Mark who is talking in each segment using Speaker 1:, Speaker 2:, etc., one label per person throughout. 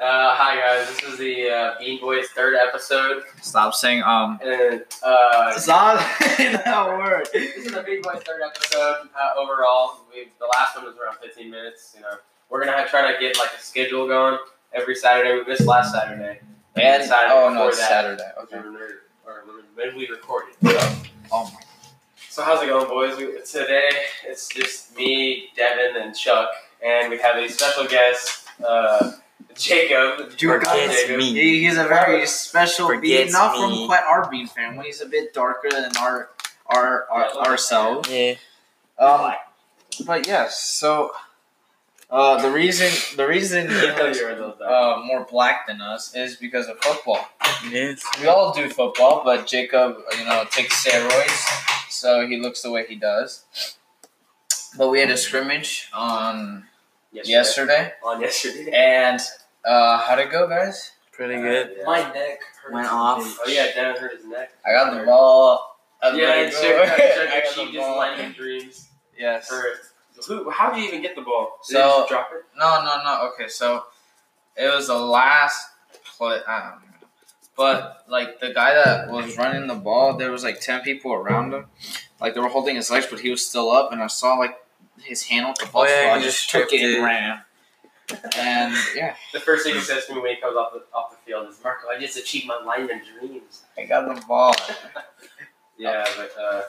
Speaker 1: Uh, hi guys, this is the uh, Bean Boys third episode,
Speaker 2: Stop saying um.
Speaker 1: and uh,
Speaker 2: It's not that word.
Speaker 1: this is the Bean Boys third episode uh, overall. We the last one was around 15 minutes. You know, we're gonna have, try to get like a schedule going every Saturday. We missed last Saturday
Speaker 2: And
Speaker 1: Saturday
Speaker 2: oh
Speaker 1: before
Speaker 2: no, it's
Speaker 1: that.
Speaker 2: Saturday. Okay.
Speaker 1: when we were- or when we recorded. So,
Speaker 2: Oh my.
Speaker 1: so how's it going, boys? We, today it's just me, Devin, and Chuck, and we have a special guest, uh, Jacob.
Speaker 3: Dude,
Speaker 1: Jacob.
Speaker 3: it's me.
Speaker 2: He, he's a very special bean,
Speaker 3: Forgets
Speaker 2: not
Speaker 3: me.
Speaker 2: from quite our bean family. He's a bit darker than our our, our
Speaker 1: Yeah, look.
Speaker 2: ourselves.
Speaker 3: Yeah.
Speaker 2: Um, but yes. So, uh, the reason the reason he
Speaker 1: You know
Speaker 2: looks
Speaker 1: Oh, you're a little dark.
Speaker 2: uh, more black than us is because of football.
Speaker 3: Yes.
Speaker 2: We all do football, but Jacob, you know, takes steroids, so he looks the way he does. But we had a scrimmage on yesterday,
Speaker 1: On yesterday.
Speaker 2: and uh, how'd it go, guys?
Speaker 3: Pretty good.
Speaker 1: Uh, yeah.
Speaker 2: My neck hurt.
Speaker 3: Went off.
Speaker 1: Oh yeah, Devin hurt his neck.
Speaker 2: I got the ball. I
Speaker 1: Yeah,
Speaker 2: let
Speaker 1: and
Speaker 2: it
Speaker 1: Chuck,
Speaker 2: go.
Speaker 1: Chuck,
Speaker 2: I got
Speaker 1: she
Speaker 2: the
Speaker 1: just
Speaker 2: ball.
Speaker 1: landed dreams.
Speaker 2: Yes.
Speaker 1: For, who, how did you even get the ball? Did
Speaker 2: So-
Speaker 1: you just drop it?
Speaker 2: No, no, no. Okay, so it was the last play. I don't know. But like the guy that was running the ball, there was like ten people around him. Like they were holding his legs, but he was still up, and I saw like his hand on the ball,
Speaker 3: Oh, yeah,
Speaker 2: so I
Speaker 3: he
Speaker 2: just
Speaker 3: just
Speaker 2: took
Speaker 3: tripped
Speaker 2: it and
Speaker 3: it.
Speaker 2: ran. And yeah,
Speaker 1: The first thing he says to me when he comes off the off the field is, "Marco, I just achieved my lineman dreams."
Speaker 2: I got the ball.
Speaker 1: Yeah, but uh,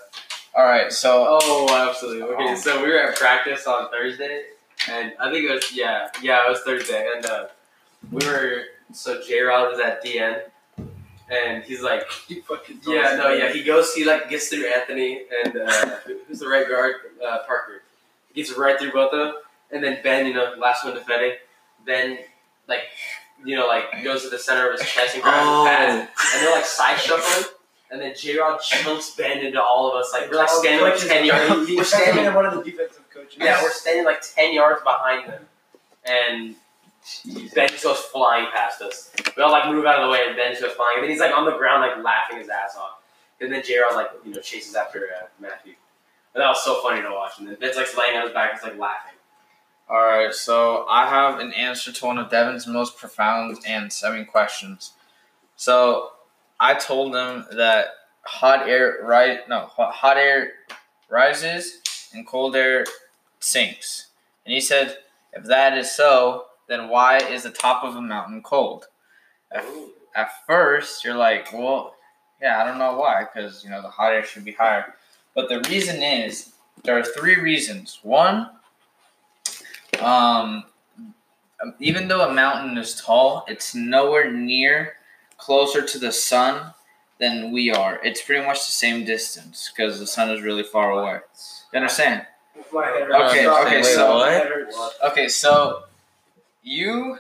Speaker 2: All right, so
Speaker 1: oh, absolutely. Okay,
Speaker 2: Oh.
Speaker 1: so we were at practice on Thursday, and I think it was yeah, yeah, it was Thursday, and uh, we were so J Rod was at DN, and he's like,
Speaker 2: you fucking
Speaker 1: Yeah, no, yeah. He goes, he like gets through Anthony and uh, who- who's the right guard, uh, Parker. He gets right through both of them, and then Ben, you know, last one defending. Ben, like, you know, like goes to the center of his chest and grabs his
Speaker 3: Oh.
Speaker 1: pads, and they're like side shuffling. And then J Rod chunks Ben into all of us. Like we're like standing like ten yards.
Speaker 4: We're standing in one of the defensive coaches.
Speaker 1: Yeah, we're standing like ten yards behind them, and Ben just goes flying past us. We all like move out of the way, and Ben just goes flying. And then he's like on the ground, like laughing his ass off. And then J-Rod like you know chases after uh, Matthew. And that was so funny to watch. And then Ben's like laying on his back, just like laughing.
Speaker 2: All right, so I have an answer to one of Devin's most profound and I mean questions. So I told him that hot air ri no ho- hot air rises and cold air sinks, and he said if that is so, then why is the top of a mountain cold? At, at first, you're like, well, yeah, I don't know why, because you know the hot air should be higher, but the reason is there are three reasons. One. Um, even though a mountain is tall, it's nowhere near closer to the sun than we are. It's pretty much the same distance because the sun is really far away. You understand?
Speaker 4: My head hurts.
Speaker 2: Okay,
Speaker 4: Stop.
Speaker 2: okay,
Speaker 4: Wait,
Speaker 2: so-
Speaker 4: my head hurts.
Speaker 2: Okay, so you.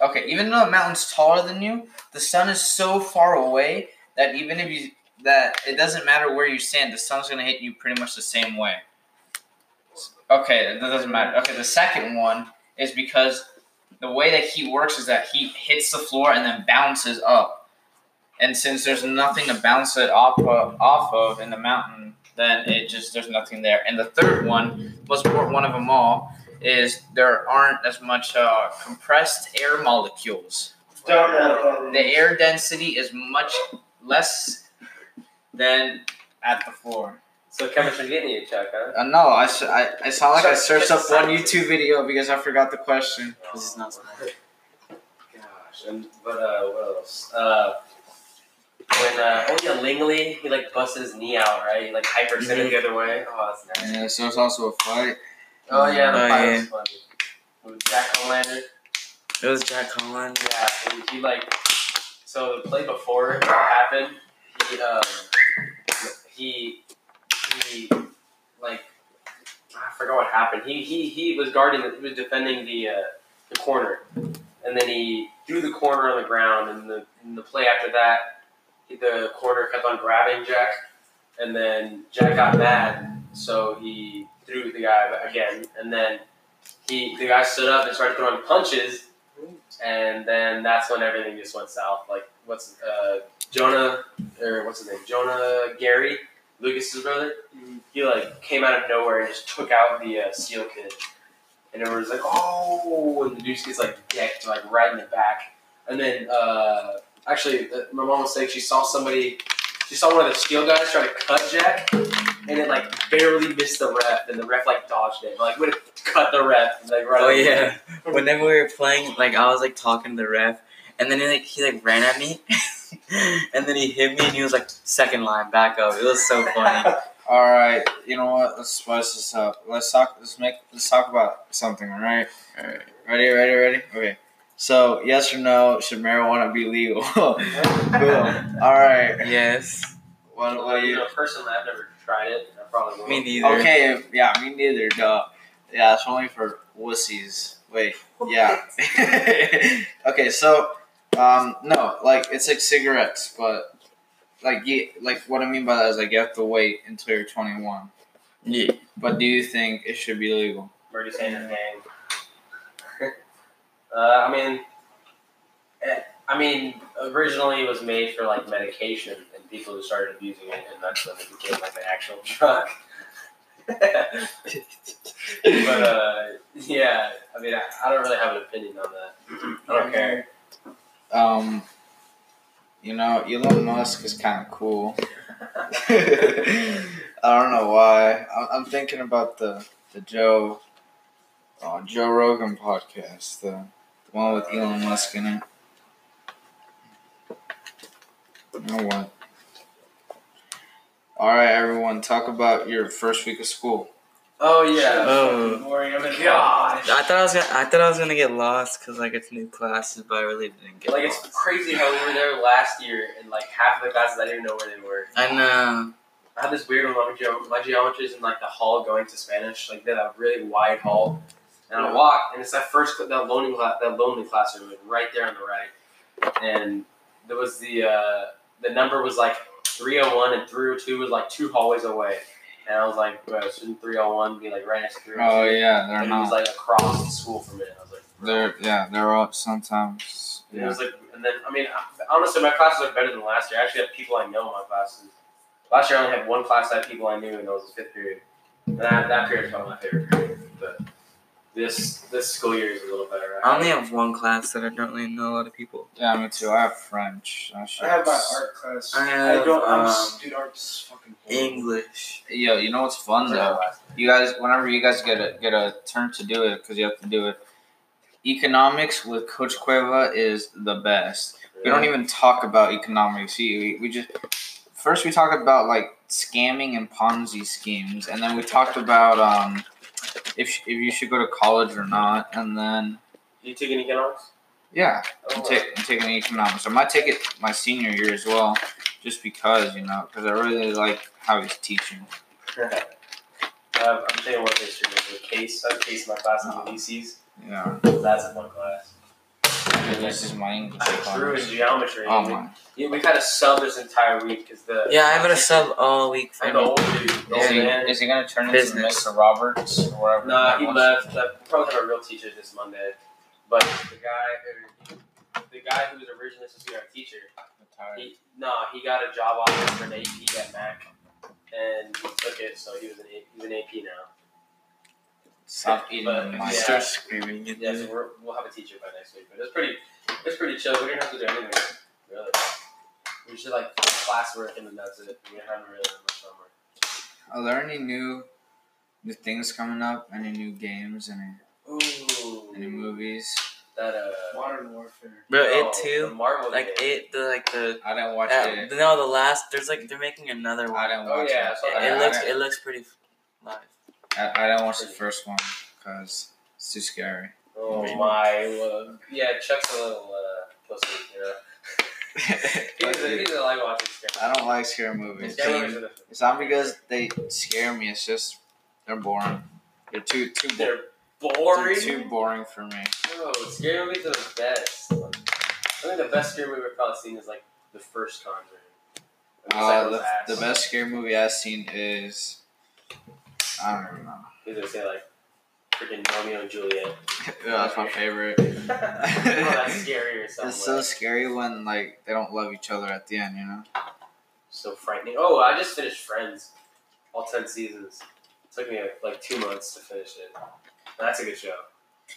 Speaker 2: Okay, even though a mountain's taller than you, the sun is so far away that even if you that it doesn't matter where you stand, the sun's gonna hit you pretty much the same way. Okay, that doesn't matter. Okay, the second one is because the way that he works is that he hits the floor and then bounces up. And since there's nothing to bounce it off of, off of in the mountain, then it just there's nothing there. And the third one, most important one of them all, is there aren't as much uh, compressed air molecules
Speaker 4: Don't know.
Speaker 2: the air density is much less than at the floor.
Speaker 1: So chemistry's getting you, Chuck, huh?
Speaker 2: Uh, no, I, s- I, I sound like I
Speaker 1: Sorry,
Speaker 2: searched up one
Speaker 1: science.
Speaker 2: YouTube video because I forgot the question.
Speaker 3: This is not
Speaker 1: Gosh, and but uh, what else? Uh, when uh, oh yeah, Lingley, he like busts his knee out, right? He like
Speaker 3: Mm-hmm.
Speaker 1: hyperextended the other way. Oh, that's nasty.
Speaker 2: Yeah, so it's also a fight.
Speaker 1: Oh yeah, the
Speaker 3: Oh,
Speaker 1: fight
Speaker 3: yeah.
Speaker 1: was funny. With Jack O'Lantern.
Speaker 3: It was Jack Holland.
Speaker 1: Yeah, and he like so the play before it happened, he um he he like I forgot what happened. He he he was guarding the, he was defending the uh, the corner, and then he threw the corner on the ground. And the and the play after that, he, the corner kept on grabbing Jack, and then Jack got mad, so he threw the guy again, and then. He, the guy stood up and started throwing punches, and then that's when everything just went south. Like what's uh, Jonah or what's his name? Jonah Gary, Lucas's brother. He like came out of nowhere and just took out the uh, seal kid, and everyone's like, "Oh!" And the dude's gets like decked, like right in the back. And then, uh, actually, the, my mom was saying she saw somebody, she saw one of the steel guys try to cut Jack, and it like barely missed the ref, and the ref like dodged it, like would have cut the ref, and, like right.
Speaker 3: Oh
Speaker 1: over the-
Speaker 3: yeah. Whenever we were playing, like I was like talking to the ref, and then he like he like ran at me, and then he hit me, and he was like second line back up. It was so funny.
Speaker 2: All right, you know what? Let's spice this up. Let's talk. Let's make. Let's talk about something. All right. All right. Ready? Ready? Ready? Okay. So, yes or no? Should marijuana be legal? Boom. All right.
Speaker 3: yes.
Speaker 2: What? What do
Speaker 1: you
Speaker 2: you?
Speaker 1: know, personally, I've never tried it. and I probably won't.
Speaker 3: Me neither.
Speaker 2: Okay. if- Yeah. Me neither. Duh. Yeah. It's only for wussies. Wait. Yeah. okay. So, um, no. Like it's like cigarettes, but like you. Like what I mean by that is like you have to wait until you're 21.
Speaker 3: Yeah.
Speaker 2: But do you think it should be legal?
Speaker 1: I'm already saying his name. uh, I mean, eh, I mean, originally it was made for like medication and people who started abusing it, and that's when it became like an actual drug. but uh, yeah, I mean, I, I don't really have an opinion on that. I don't care.
Speaker 2: Um, you know, Elon Musk is kind of cool. I don't know why. I'm, I'm thinking about the the Joe, uh, Joe Rogan podcast, the, the one with Elon Musk in it. You know what? All right, everyone, talk about your first week of school.
Speaker 1: Oh yeah.
Speaker 3: Oh.
Speaker 4: Boring. I'm in
Speaker 1: Gosh.
Speaker 3: I thought I was gonna, I thought I was gonna get lost because like it's new classes, but I really didn't get
Speaker 1: Like it's
Speaker 3: lost.
Speaker 1: crazy how we were there last year, and like half of the classes I didn't even know where they were.
Speaker 3: I know.
Speaker 1: I had this weird one. My, geo- my geometry is in like the hall going to Spanish. Like they had a really wide hall, and I walked, and it's that first that lonely cla- that lonely classroom, like right there on the right. And there was the uh, the number was like three hundred one, and three hundred two was like two hallways away. And I was like, bro, shouldn't three hundred one be like right next to three
Speaker 2: Oh
Speaker 1: hundred two?
Speaker 2: yeah, they're
Speaker 1: and it was
Speaker 2: not.
Speaker 1: like across the school from it. And I was like, bro.
Speaker 2: They're yeah, they're up sometimes.
Speaker 1: And It
Speaker 2: Yeah.
Speaker 1: was like, and then I mean, honestly, my classes are better than last year. I actually have people I know in my classes. Last year, I only had one class that had people I knew, and that was the fifth period. And that, that period is probably my favorite period. But this this school year is a little better.
Speaker 3: I only have one class that I don't really know a lot of people.
Speaker 2: Yeah, me too. I have French. I, should-
Speaker 4: I have my art class.
Speaker 3: I have,
Speaker 4: I don't. I'm,
Speaker 3: um,
Speaker 4: dude, art's fucking. boring.
Speaker 3: English.
Speaker 2: Yo, you know what's fun though? You guys, whenever you guys get a get a turn to do it, because you have to do it. Economics with Coach Cueva is the best. We don't even talk about economics. We, we just first we talk about like scamming and Ponzi schemes, and then we talked about um if if you should go to college or not, and then
Speaker 1: You taking economics?
Speaker 2: yeah,
Speaker 1: Oh,
Speaker 2: I'm, take, I'm taking economics. I might take it my senior year as well, just because you know, because I really like how he's teaching.
Speaker 1: uh, I'm taking work history. There's a case. I have a case in my class in the VCs.
Speaker 2: Yeah,
Speaker 1: That's in one class.
Speaker 2: and this is my English.
Speaker 1: I drew
Speaker 2: class.
Speaker 1: in geometry.
Speaker 2: Oh
Speaker 1: and we-
Speaker 2: my!
Speaker 1: yeah, we've had a sub this entire week because the
Speaker 3: Yeah, I've had a sub all week for
Speaker 1: Like the
Speaker 3: me.
Speaker 1: old dude, the
Speaker 2: Is
Speaker 1: old
Speaker 2: he,
Speaker 1: man.
Speaker 2: is he gonna turn
Speaker 3: Business.
Speaker 2: into Mr. Roberts or whatever?
Speaker 1: Nah,
Speaker 2: that
Speaker 1: he
Speaker 2: was?
Speaker 1: left. I probably have a real teacher this Monday, but the guy, or the guy who was originally supposed to be our teacher, he no, he got a job offer for an AP at Mac, and he took it. So he was an A- he's an AP now.
Speaker 2: Stop eating
Speaker 1: But,
Speaker 2: my
Speaker 3: I
Speaker 1: yeah.
Speaker 3: start screaming. in
Speaker 1: Yeah,
Speaker 3: there.
Speaker 1: so we're, we'll have a teacher by next week. But it's pretty, it's pretty chill. We didn't have to do anything really. We just did like classwork and then that's it. We didn't have really much homework.
Speaker 2: Are there any new new things coming up? Any new games? Any any
Speaker 1: Ooh,
Speaker 2: movies?
Speaker 1: that uh.
Speaker 4: Modern warfare.
Speaker 3: Bro,
Speaker 1: oh,
Speaker 3: it
Speaker 1: the
Speaker 3: too.
Speaker 1: Marvel
Speaker 3: Like
Speaker 1: game.
Speaker 3: it, the like the.
Speaker 2: I didn't watch
Speaker 3: uh,
Speaker 2: it.
Speaker 3: no, the last there's like they're making another
Speaker 2: I
Speaker 3: one.
Speaker 2: didn't
Speaker 1: Oh,
Speaker 2: watch
Speaker 1: yeah,
Speaker 2: it.
Speaker 1: so
Speaker 3: It,
Speaker 2: I,
Speaker 3: it
Speaker 2: I
Speaker 3: looks
Speaker 2: didn't-
Speaker 3: it looks pretty f- live.
Speaker 2: I, I didn't watch the first one because it's too scary.
Speaker 1: Oh
Speaker 3: Maybe.
Speaker 1: my! Well, yeah, Chuck's a little uh, pussy. You know, he's a, he's a like watching scary.
Speaker 2: I don't like scary movies.
Speaker 1: His scary movies are the-
Speaker 2: Zombie girls, they scare me. It's just they're boring. They're too too bo-
Speaker 1: They're
Speaker 2: they're
Speaker 1: boring.
Speaker 2: too boring for me.
Speaker 1: No, scary movies are the best. Like, I think the best scary movie I've probably seen is like the first Conjuring. I mean,
Speaker 2: Uh,
Speaker 1: second
Speaker 2: the,
Speaker 1: one's ass.
Speaker 2: the best scary movie I've seen is I don't even know.
Speaker 1: He's gonna say like freaking Romeo and Juliet.
Speaker 2: Yeah, that's my favorite.
Speaker 1: oh, that's scary or something.
Speaker 2: It's so scary when like they don't love each other at the end, you know.
Speaker 1: so frightening. Oh, I just finished Friends, all ten seasons. took me like two months to finish it. That's a good show.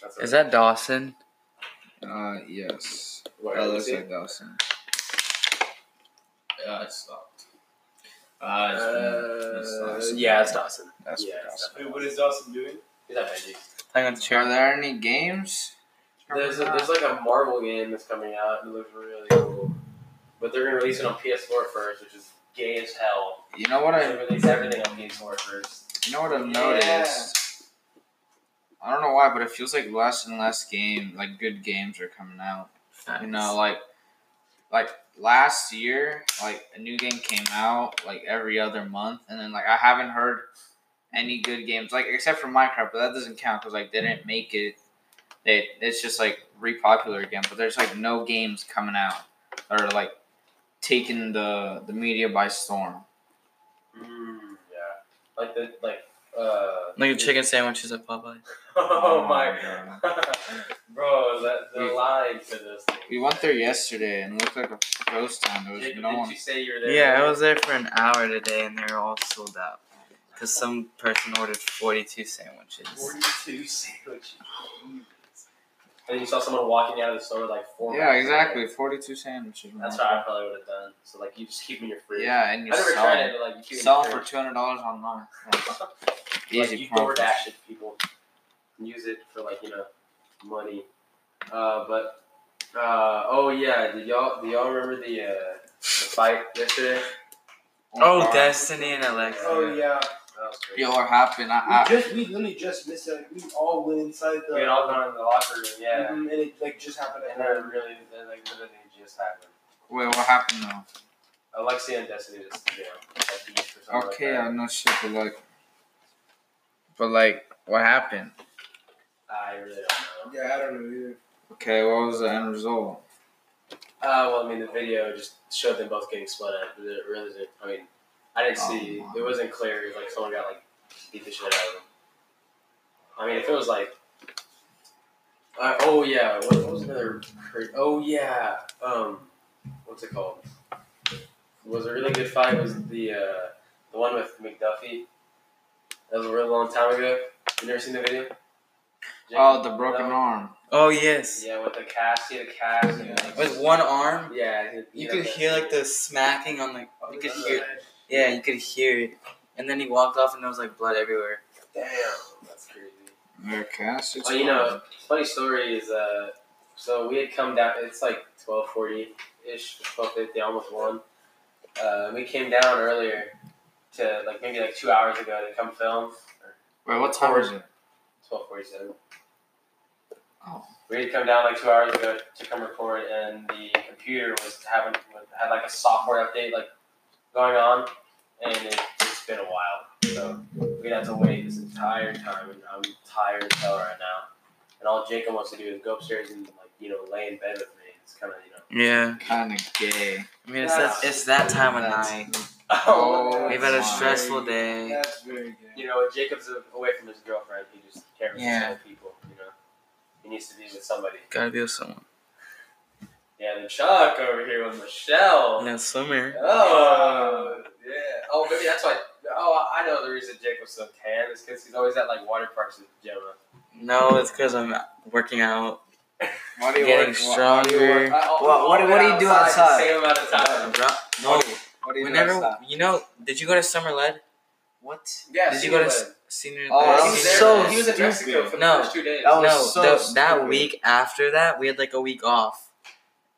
Speaker 1: That's a-
Speaker 3: Is that Dawson?
Speaker 2: Uh, yes.
Speaker 1: Where
Speaker 2: That
Speaker 1: is
Speaker 2: looks
Speaker 1: it?
Speaker 2: like Dawson.
Speaker 5: Yeah, it stopped. Uh, it's
Speaker 1: Uh,
Speaker 5: Dawson.
Speaker 1: yeah, it's Dawson.
Speaker 2: That's
Speaker 1: yeah, it's
Speaker 2: Dawson.
Speaker 4: Wait, what is Dawson doing?
Speaker 1: He's at Veggie.
Speaker 3: Playing on the
Speaker 2: Are
Speaker 3: chair.
Speaker 2: there any games?
Speaker 1: There's a, there's like a Marvel game that's coming out and it looks really cool, but they're gonna release it on PS4 first, which is gay as hell.
Speaker 2: You know what I?
Speaker 1: They release everything on PS4 first.
Speaker 2: You know what I've
Speaker 4: Yeah.
Speaker 2: noticed? I don't know why, but it feels like less and less game, like good games are coming out. You know, like, like last year, like a new game came out like every other month, and then like I haven't heard any good games, like except for Minecraft, but that doesn't count because like they didn't make it. They it's just like repopular again, but there's like no games coming out that are like taking the the media by storm.
Speaker 1: Mm, yeah, like the like. Uh,
Speaker 3: Like a chicken sandwiches at Popeye.
Speaker 1: oh my,
Speaker 2: god.
Speaker 1: bro, that the
Speaker 2: We-
Speaker 1: line for this thing.
Speaker 2: We went there yesterday and it looked like a ghost town. There was
Speaker 1: Did,
Speaker 2: no
Speaker 1: did
Speaker 2: one.
Speaker 1: you say you were there?
Speaker 3: Yeah, I was there for an hour today, and they were all sold out. Cause some person ordered forty-two sandwiches.
Speaker 2: Oh
Speaker 1: Forty-two sandwiches. And you saw someone walking out of the store with like four.
Speaker 2: Yeah,
Speaker 1: bags of
Speaker 2: exactly.
Speaker 1: it.
Speaker 2: Forty-two sandwiches. man.
Speaker 1: That's what I probably would have done. So like, you just keep them in your fridge.
Speaker 2: Yeah, and
Speaker 1: I
Speaker 2: you
Speaker 1: never
Speaker 2: sell
Speaker 1: tried
Speaker 2: them.
Speaker 1: it, but like you keep 'em
Speaker 2: Sell
Speaker 1: in
Speaker 2: them
Speaker 1: your
Speaker 2: for two hundred dollars online.
Speaker 1: fridge.
Speaker 2: Easy.
Speaker 1: like, you
Speaker 2: profit.
Speaker 1: DoorDash it to people, and use it for like you know money. Uh, but uh, oh yeah, do y'all do y'all remember the, uh, the fight yesterday?
Speaker 3: Oh, Destiny and Alexa.
Speaker 4: Oh yeah.
Speaker 1: That was crazy.
Speaker 2: Yo, what happened? I,
Speaker 4: We
Speaker 2: I,
Speaker 4: just we literally just missed it. Like, we all went inside the
Speaker 1: We had all gone in the locker room,
Speaker 2: Mm-hmm.
Speaker 1: yeah,
Speaker 4: Mhm, and it like just happened
Speaker 1: and
Speaker 4: at her.
Speaker 1: then really, then like literally just happened.
Speaker 2: wait, what happened though?
Speaker 1: Alexia and Destiny just you know like beef or something
Speaker 2: Okay, uh,
Speaker 1: like
Speaker 2: I know shit, but like, but like, what happened?
Speaker 1: that. I really don't know.
Speaker 4: Yeah, I don't know either.
Speaker 2: Okay, what was the end result?
Speaker 1: Uh, well, I mean, the video just showed them both getting split up. It really, didn't- I mean, I didn't
Speaker 2: Oh,
Speaker 1: see.
Speaker 2: my.
Speaker 1: It wasn't clear. It was like someone got like beat the shit out of them. I mean, if it was like, uh, oh yeah, what, what was another? cra- Oh yeah, um, what's it called? Was a really good fight. Was the uh, the one with McDuffie? That was a real long time ago. You never seen the video?
Speaker 2: Oh, the broken arm.
Speaker 3: Oh yes.
Speaker 1: Yeah, with the cast, he had a cast. and, like,
Speaker 3: With one arm,
Speaker 1: yeah, he- he
Speaker 3: you
Speaker 1: had
Speaker 3: could
Speaker 1: that-
Speaker 3: hear like the smacking on like. You could
Speaker 1: yeah.
Speaker 3: hear. Yeah, you could hear it. And then he walked off, and there was like blood everywhere.
Speaker 1: Damn, that's crazy.
Speaker 2: Okay, six
Speaker 1: Oh, you know, funny story is uh, so we had come down. It's like twelve forty ish, twelve fifty, almost one. Uh, we came down earlier to like maybe like two hours ago to come film.
Speaker 2: Wait, what time is it?
Speaker 1: Twelve forty seven.
Speaker 2: Oh.
Speaker 1: We had come down like two hours ago to come record, and the computer was having had like a software update like going on, and it, it's been a while. So we had to wait this entire time, and I'm tired as hell right now. And all Jacob wants to do is go upstairs and like you know lay in bed with me. It's kind of you know.
Speaker 3: Yeah.
Speaker 2: Kind of gay.
Speaker 3: I mean, it's that it's that time of
Speaker 2: That's-
Speaker 3: night.
Speaker 2: Oh,
Speaker 3: We've had a
Speaker 2: my.
Speaker 3: stressful day.
Speaker 4: That's very good.
Speaker 1: You know, Jacob's away from his girlfriend. He just can't really
Speaker 3: Yeah.
Speaker 1: stand people. You know, he needs to be with somebody.
Speaker 3: Gotta be with someone.
Speaker 1: Yeah, the Chuck over here with Michelle.
Speaker 3: Now swimmer.
Speaker 1: Oh, yeah. Oh, maybe that's why. Oh, I know the reason Jacob's so tan is because he's always at like water parks with Gemma.
Speaker 3: No, it's because I'm working out,
Speaker 2: Why do you
Speaker 3: getting
Speaker 2: work- why- why do you work-
Speaker 3: stronger.
Speaker 1: I- I'll-
Speaker 2: What-
Speaker 1: I'll
Speaker 2: what-
Speaker 1: be
Speaker 2: what do you do outside?
Speaker 1: The same amount of time.
Speaker 2: Oh,
Speaker 3: No,
Speaker 2: What do you do outside?
Speaker 3: whenever you know, did you go to summer lead?
Speaker 2: What?
Speaker 1: Yeah.
Speaker 3: Did
Speaker 1: see
Speaker 3: you go to
Speaker 1: later.
Speaker 3: s- senior?
Speaker 2: Oh,
Speaker 3: uh,
Speaker 2: that
Speaker 1: he
Speaker 2: was
Speaker 1: was there.
Speaker 3: senior-
Speaker 2: so
Speaker 1: He was in
Speaker 2: stupid.
Speaker 1: Mexico for the
Speaker 3: No,
Speaker 1: first two days.
Speaker 2: that was
Speaker 3: no,
Speaker 2: so
Speaker 3: the- that
Speaker 2: stupid.
Speaker 3: week after that, we had like a week off,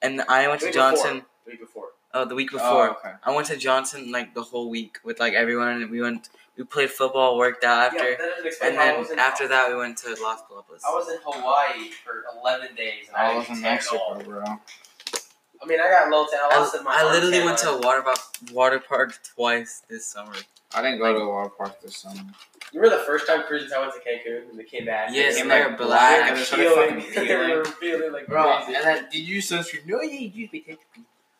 Speaker 3: and I went to
Speaker 1: Week before.
Speaker 3: Johnson.
Speaker 1: the week before.
Speaker 3: Oh, the week
Speaker 2: Oh,
Speaker 3: before,
Speaker 2: okay.
Speaker 3: I went to Johnson like the whole week with like everyone, and we went. We played football, worked out after,
Speaker 1: yeah, that doesn't explain
Speaker 3: and
Speaker 1: how I was in,
Speaker 3: then after that, we went to Los Globos.
Speaker 1: I was in Hawaii for eleven days. And I,
Speaker 2: I
Speaker 1: didn't
Speaker 2: was in
Speaker 1: tan at all.
Speaker 2: Mexico, bro.
Speaker 1: I mean, I got low tan. I lost in my.
Speaker 3: I
Speaker 1: arm
Speaker 3: literally
Speaker 1: tan
Speaker 3: went to
Speaker 1: line.
Speaker 3: a water park, water park twice this summer.
Speaker 2: I didn't go to a water park this summer.
Speaker 1: You remember the first time cruising? I went to Cancun and they came back.
Speaker 3: Yes,
Speaker 1: and
Speaker 2: Came
Speaker 1: they
Speaker 3: they're
Speaker 1: were
Speaker 2: back
Speaker 3: black.
Speaker 2: and started
Speaker 1: peeling.
Speaker 2: fucking
Speaker 1: they
Speaker 2: peeling.
Speaker 1: were feeling like
Speaker 2: Bro,
Speaker 1: crazy.
Speaker 2: and then did you sunscreen? No, you used me.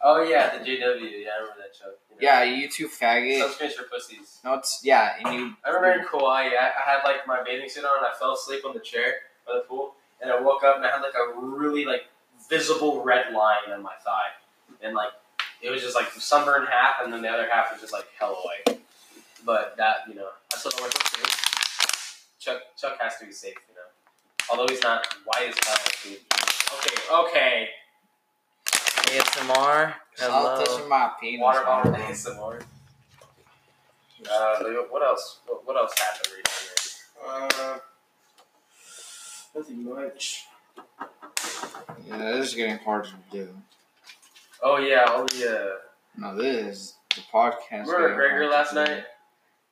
Speaker 1: Oh yeah, the JW. Yeah, I remember that show. You know.
Speaker 2: Yeah, you two faggot.
Speaker 1: Sunscreen's for pussies.
Speaker 2: No, it's yeah, and you.
Speaker 1: I remember in Kauai, I, I had like my bathing suit on. and I fell asleep on the chair by the pool, and I woke up and I had like a really like visible red line on my thigh, and like it was just like sunburned half, and then the other half was just like hell away. But that you know, I still don't like Chuck. Chuck has to be safe, you know. Although he's not white as hell. Okay, okay.
Speaker 3: ASMR.
Speaker 2: I'll touch
Speaker 3: Hello.
Speaker 2: my penis.
Speaker 1: Water bottle
Speaker 2: man.
Speaker 1: ASMR. Uh, what else? What, what else happened recently?
Speaker 4: Uh, nothing much.
Speaker 2: Yeah, this is getting harder to do.
Speaker 1: Oh yeah, oh yeah.
Speaker 2: No, this is the podcast.
Speaker 1: Remember
Speaker 2: getting
Speaker 1: McGregor
Speaker 2: hard
Speaker 1: last
Speaker 2: to do.
Speaker 1: night?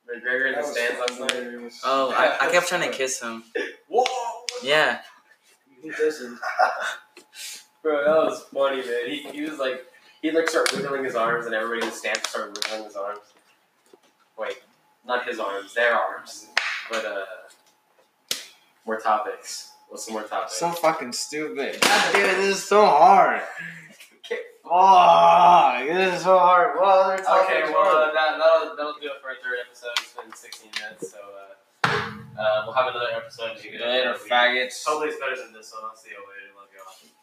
Speaker 1: McGregor in the
Speaker 4: That was
Speaker 1: stands last night.
Speaker 4: hilarious.
Speaker 3: Oh, I, I kept trying to kiss him.
Speaker 1: Whoa,
Speaker 3: Yeah.
Speaker 4: He doesn't.
Speaker 1: bro, that was funny, man. He, he was like, he like started wiggling his arms, and everybody in the stands started wiggling his arms. Wait, not his arms, their arms. But uh, more topics. What's some more topics?
Speaker 2: So fucking stupid. God damn it, this is so hard. Fuck, this is so hard. What other
Speaker 1: Okay,
Speaker 2: topics
Speaker 1: well, uh,
Speaker 2: are
Speaker 1: that, that'll, that'll do it for our third episode. It's been 16 minutes, so uh, uh, we'll have another episode.
Speaker 2: there? Later, faggots.
Speaker 1: Hopefully, it's better than this one. I'll see you later. Love y'all.